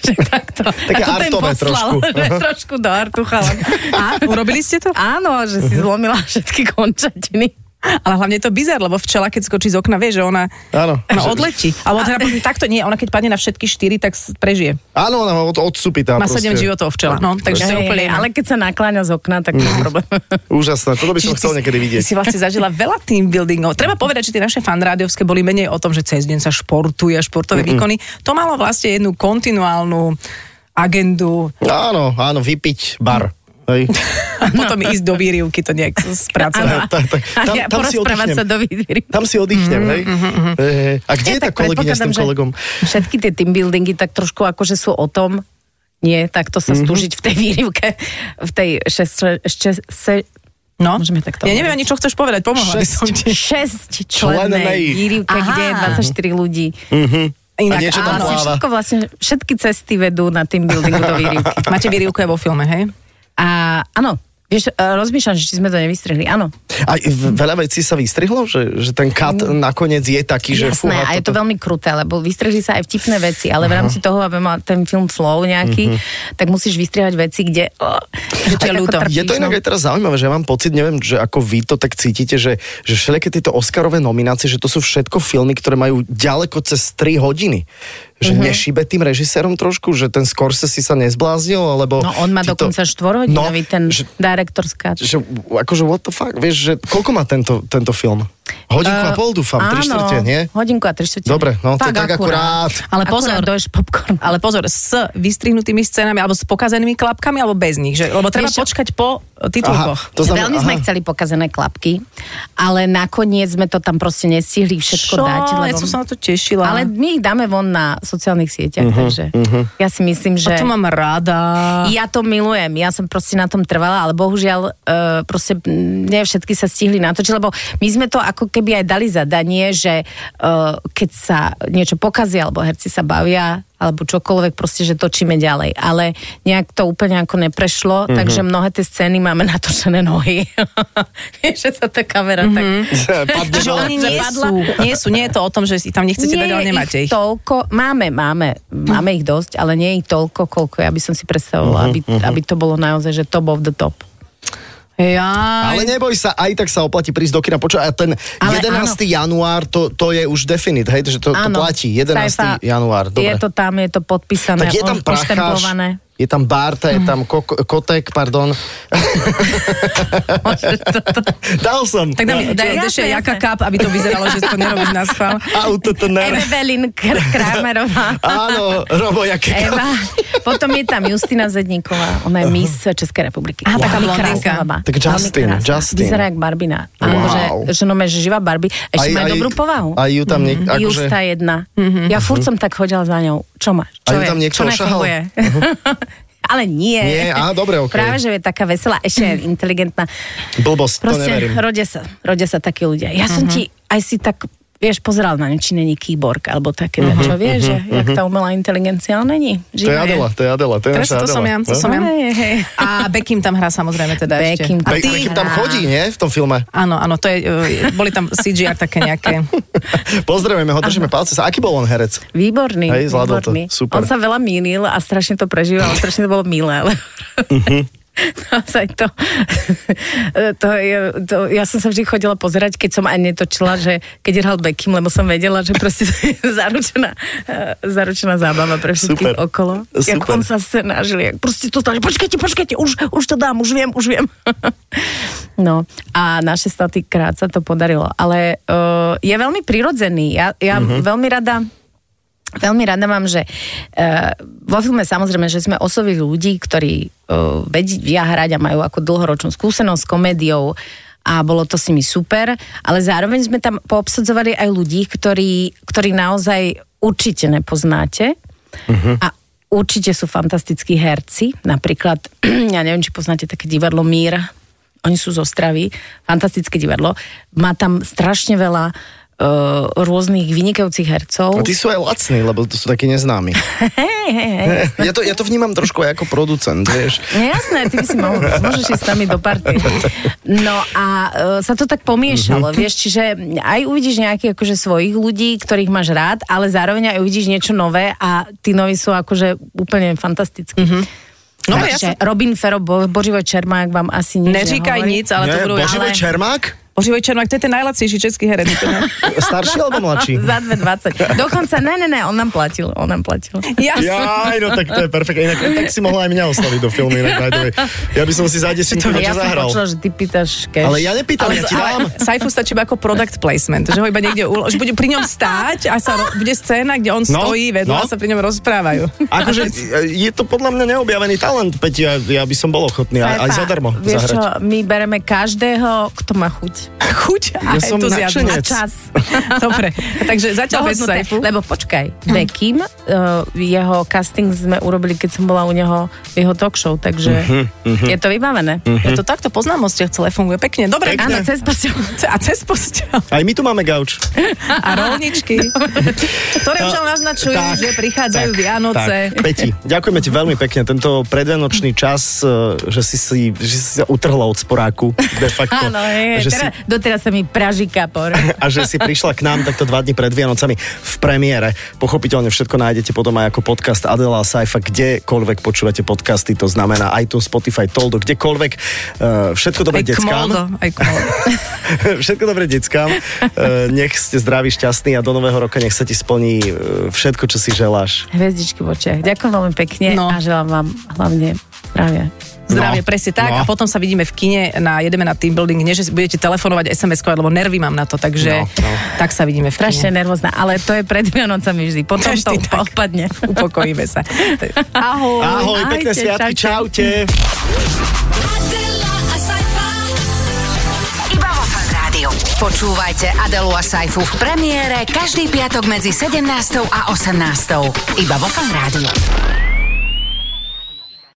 D: že takto.
B: Také
D: a toto im
B: artové
D: poslal,
B: trošku.
D: Že trošku do artu, chalan.
C: A urobili ste to?
D: Áno, že
B: Mhm.
D: si zlomila všetky končatiny.
C: Ale hlavne je to bizar, lebo včela, keď skočí z okna, vie, že ona,
B: Áno.
C: ona
B: Že-
C: odletí. Alebo teda, takto nie, ona keď padne na všetky štyri, tak s- prežije.
B: Áno, ona od, odsupí tá
C: Má
B: proste.
C: sedem
B: Mhm.
C: životov včela. No, takže to je
D: Hej,
C: úplne
D: hej,
C: iné.
D: ale keď sa nakláňa z okna, tak nie je problém.
B: Úžasné, toto by som
C: Čiže
B: chcel
C: ty si-
B: niekedy vidieť.
C: Ty si vlastne zažila veľa team buildingov. Treba povedať, že tie naše fanrádiovské boli menej o tom, že cez deň sa športuje, športové Mm-mm. výkony. To malo vlastne jednu kontinuálnu agendu
B: Áno, áno, vypiť bar. Hej.
C: a potom íť do výrivky to nejak
B: Áno.
C: spracovať.
B: tak, tak.
D: A
B: Tam-
D: ja
B: tam si
D: porozprávať
B: oddychnem.
D: sa do Mhm, výdry.
B: Tam si oddychnem, hej. Eh, A kde je tá kolegyňa s tým kolegom?
D: Všetky tie team buildingy tak trošku akože sú o tom, nie, takto
B: Mhm.
D: sa stúžiť v tej výrivke, v tej šest, šest, šest,
C: No,
D: Môžeme takto
C: ja neviem ani, čo chceš povedať, pomohla by som ti.
D: šest
B: Členej. Mhm.
D: člennej výrivke,
C: Aha.
D: kde je 24 ľudí.
B: A niečo tam
D: Áno,
B: pláva.
D: všetko vlastne, všetky cesty vedú na team buildingu do výrivky.
C: Máte výrivku aj vo filme, hej?
D: A áno, vieš, e, rozmýšľam, že či sme to nevystrihli, áno.
B: A v- veľa vecí sa vystrihlo, že, že ten kat nakoniec je taký, že
D: Mm. Jasné,
B: fúha,
D: a je to
B: toto-
D: veľmi kruté, lebo vystrihli sa aj vtipné veci, ale v rámci toho, aby mal ten film flow nejaký, tak musíš vystrihať veci, kde... Oh, že
C: ti je ľúto.
B: Je to
D: no.
B: inak Mhm. aj teraz zaujímavé, že ja mám pocit, neviem, že ako vy to tak cítite, že, že všelijaké tieto Oscarové nominácie, že to sú všetko filmy, ktoré majú ďaleko cez 3 hodiny. Že
D: Mhm.
B: mm-hmm. nešíbe tým režisérom trošku, že ten Scorsese sa nezbláznil, alebo...
D: No on má
B: títo-
D: dokonca štvorhodinový
B: no,
D: ten
B: Že,
D: director's cut.
B: že, akože what the fuck, vieš, že koľko má tento, tento film? Hodinku a pol, dúfam, tri
D: Uh, áno,
B: štvrte, nie?
D: hodinku a tri štvrte.
B: Dobre, no to tak akurát.
C: Ale pozor.
D: Akurát doješ popcorn.
C: Ale pozor, s vystrihnutými scénami alebo s pokazenými klapkami alebo bez nich, že, lebo treba
D: Vieš čo?
C: počkať po e, titulkoch.
B: to znamená,
D: Veľmi sme
B: aha.
D: chceli pokazené klapky, ale nakoniec sme to tam proste nestihli všetko
C: Čo?
D: dať.
C: Ja som sa na to tešila.
D: Ale my ich dáme von na sociálnych sieťach,
B: Mhm,
D: uh-huh, takže uh-huh. ja si myslím, že...
C: A to mám rada.
D: Ja to milujem, ja som proste na tom trvala, ale bohužiaľ uh, proste mm, nie všetky sa stihli natočiť, lebo my sme to ako keby aj dali zadanie, že uh, keď sa niečo pokazí, alebo herci sa bavia, alebo čokoľvek, proste, že točíme ďalej. Ale nejak to úplne ako neprešlo, mm-hmm. takže mnohé tie scény máme natočené nohy. Vieš, že sa tá kamera mm-hmm. tak...
B: Padne
C: Že
B: dole.
C: oni
D: že
C: nie
D: padla.
C: sú, nie sú, nie je to o tom, že si tam nechcete
D: nie
C: dať, ale
D: je
C: nemáte ich.
D: toľko, máme, máme, máme ich dosť, ale nie je ich toľko, koľko ja by som si predstavovala, aby,
B: Mhm,
D: aby to bolo naozaj, že top of the top.
C: Ja,
B: Ale neboj sa, aj tak sa oplatí prísť do kina. Počúvaj, a ten
D: Ale
B: 11. január, to, to je už definit, hej, že to, to platí. 11.
D: Saifa,
B: január, dobre.
D: Je to tam, je to podpísané,
B: tak je tam
D: on-
B: pracháš,
D: oštempované.
B: je tam Barta,
C: Mhm.
B: je tam kok- Kotek, pardon. Dal som.
C: tak dám, daj
D: Jasné,
C: ešte
D: jasné.
C: jaká kap, aby to vyzeralo, že to nerobíš na schvál.
B: Auto to ner.
D: Evelyn Kr- Kramerová.
B: Áno, Robo, jaké...
D: Eva. Potom je tam Justina Zedníková, ona je Miss Českej republiky.
C: Aha, taká
D: Veľmi
C: blondinka.
D: krásna baba.
B: Tak
D: Veľmi
B: Justin,
D: krásna.
B: Justin.
D: Vyzerá jak Barbina. Áno,
B: Wow.
D: že, že, no, že živá Barbie. Ešte má aj dobrú povahu.
B: Aj ju tam niek-
D: Akože...
B: akože...
D: Justa jedna. Mm-hmm. Ja furt som tak chodila za ňou. Čo máš?
B: A
D: Čo
B: ju tam niekto
D: Čo
B: ošahal?
D: nefunguje? Ale nie.
B: Nie? Á, dobre, okej.
D: Práve, že je taká veselá, ešte je inteligentná.
B: Blbosť, to
D: Proste
B: neverím. Mhm.
D: rodia sa, rodia sa takí ľudia. Ja som ti aj si tak vieš, pozeral na ňu, či není kýborg, alebo také, čo vieš, že jak tá umelá inteligencia, ale není.
B: Mhm, To je Adela, to je Adela, to je
C: Teraz
B: naša
C: to
B: Adela.
C: som ja, to
B: no?
C: som ja.
D: Hej, hej.
C: A Bekim tam hrá samozrejme teda
D: Beckham
C: ešte. A
D: tam
B: Be-
C: ty?
B: Bekim tam chodí, nie? V tom filme.
C: Áno, áno, to je, e, boli tam CGR také nejaké.
B: Pozdravujeme ho, držíme palce. Aký bol on herec?
D: Výborný,
B: Hej, zvládol to.
D: výborný.
B: Super.
D: On sa veľa mýlil a strašne to prežíval, strašne to bolo milé, ale...
B: Mhm.
D: No, Naozaj to, to, je, to, ja som sa vždy chodila pozerať, keď som aj netočila, že keď hral Beckham, lebo som vedela, že proste to je zaručená, eh, zaručená zábava pre všetkých
B: Super.
D: okolo. Jak
B: Super.
D: on sa snažil, jak proste to stane, počkajte, počkajte, už, už to dám, už viem, už viem. No a naše staty krát sa to podarilo, ale uh, je veľmi prirodzený. Ja, ja mm-hmm.
B: Mhm.
D: veľmi rada Veľmi rada mám, že uh, vo filme samozrejme, že sme oslovili ľudí, ktorí uh, vedia hrať a majú ako dlhoročnú skúsenosť s komédiou a bolo to s nimi super, ale zároveň sme tam poobsadzovali aj ľudí, ktorí, ktorí naozaj určite nepoznáte uh-huh. a určite sú fantastickí herci. Napríklad, ja neviem, či poznáte také divadlo Mír oni sú z Ostravy, fantastické divadlo. Má tam strašne veľa uh, rôznych vynikajúcich
B: A
D: hercov.
B: tí sú aj lacní, lebo to sú takí neznámi.
D: Hej, hej, hej.
B: Ja to, ja to vnímam trošku aj ako producent, vieš.
D: No jasné, ty by si mohol, môžeš ísť s nami do party. No a e, sa to tak
C: Mhm.
D: pomiešalo, vieš, čiže aj uvidíš nejakých akože svojich ľudí, ktorých máš rád, ale zároveň aj uvidíš niečo nové a tí noví sú akože úplne fantastickí.
C: No,
D: No,
C: ja
D: Takže Robin Fero, Bo- Boživoj Čermák vám asi nič
C: Neříkaj
D: nehovorí.
C: nic, ale to budú...
B: Boživoj
C: ale-
B: Čermák?
C: Boživoj Čermák, to je ten najlacnejší český herec. úplne.
B: Starší alebo mladší?
D: Za 2,20. Dokonca, ne, ne, ne, on nám platil, on nám platil.
C: Ja,
B: Jaj, no tak to je perfektné. Inak tak si mohla aj mňa osloviť do filmu, inak by the way. Ja by som si za desinku
D: ja
B: niečo
D: som
B: zahral.
D: počula, že ty pýtaš cash.
B: Ale ja nepýtam, ja ti dám.
C: Saifu stačí iba ako product placement, že ho iba niekde ulo- že bude pri ňom stáť a sa ro- bude scéna, kde on
B: No,
C: stojí vedľa
B: no.
C: a sa pri ňom rozprávajú.
B: Akože je to podľa mňa neobjavený talent, Peť, ja, ja by som bol ochotný aj, aj
D: Sajfa,
B: zadarmo
D: Vieš čo,
B: zahrať.
D: my bereme každého, kto má chuť.
C: Chuť
B: Ja
C: a
B: som
C: entuziasmus.
B: nadšenec.
C: A čas. Dobre, takže zatiaľ bez
D: Dohodnuté.
C: Saifu.
D: Lebo počkaj,
C: Hm.
D: Bekim, uh, jeho casting sme urobili, keď som bola u neho v jeho talk show, takže
B: Mhm,
D: je to vybavené.
C: Ja to takto po známostiach celé funguje pekne. Dobre,
D: Áno, cez prsia.
C: Ce- a cez postel.
B: Aj my tu máme gauč.
C: A rolničky, ktoré už ale naznačujú,
B: No, Tak,
C: že prichádzajú Vianoce.
B: Tak, Peti, ďakujeme ti veľmi pekne tento predvianočný čas, eh, že si, si, že si sa utrhla od sporáku de facto.
D: Áno, je,
B: A že si,
D: teraz, doteraz sa mi praží kapor.
B: a že si prišla k nám takto dva dní pred Vianocami v premiére. Pochopiteľne všetko nájdete potom aj ako podcast Adela a Saifa, kdekoľvek počúvate podcasty, to znamená iTunes, Spotify, Toldo, kdekoľvek. Eh, Všetko
C: Aj
B: dobré deckám.
C: kmoldo, aj kmoldo.
B: No. Všetko dobré deckám. Eh, Nech ste zdraví, šťastní a do nového roka nech sa ti splní eh, všetko, čo si želáš.
D: Hviezdičky v očiach. Ďakujem veľmi pekne
C: No.
D: a želám vám hlavne zdravia.
B: No,
C: Zdravie, presne tak.
B: no.
C: A potom sa vidíme v kine na jedeme na team building. Nie, že si budete telefonovať, SMS-kovať, lebo nervy mám na to,
B: No,
C: takže
B: no.
C: tak sa vidíme v kine.
D: Strašne nervózna, ale to je pred Vianocami vždy. Potom
C: Vždy
D: to
C: No. tak.
D: odpadne.
C: Upokojíme sa.
D: Ahoj.
B: Ahoj, pekné
D: Ahojte,
B: sviatky, čaute.
E: Adela, a sci-fi.
A: Iba vo Fan Rádiu. Počúvajte Adelu a Saifu v premiére každý piatok medzi 17. a 18. Iba vo Fan Rádiu.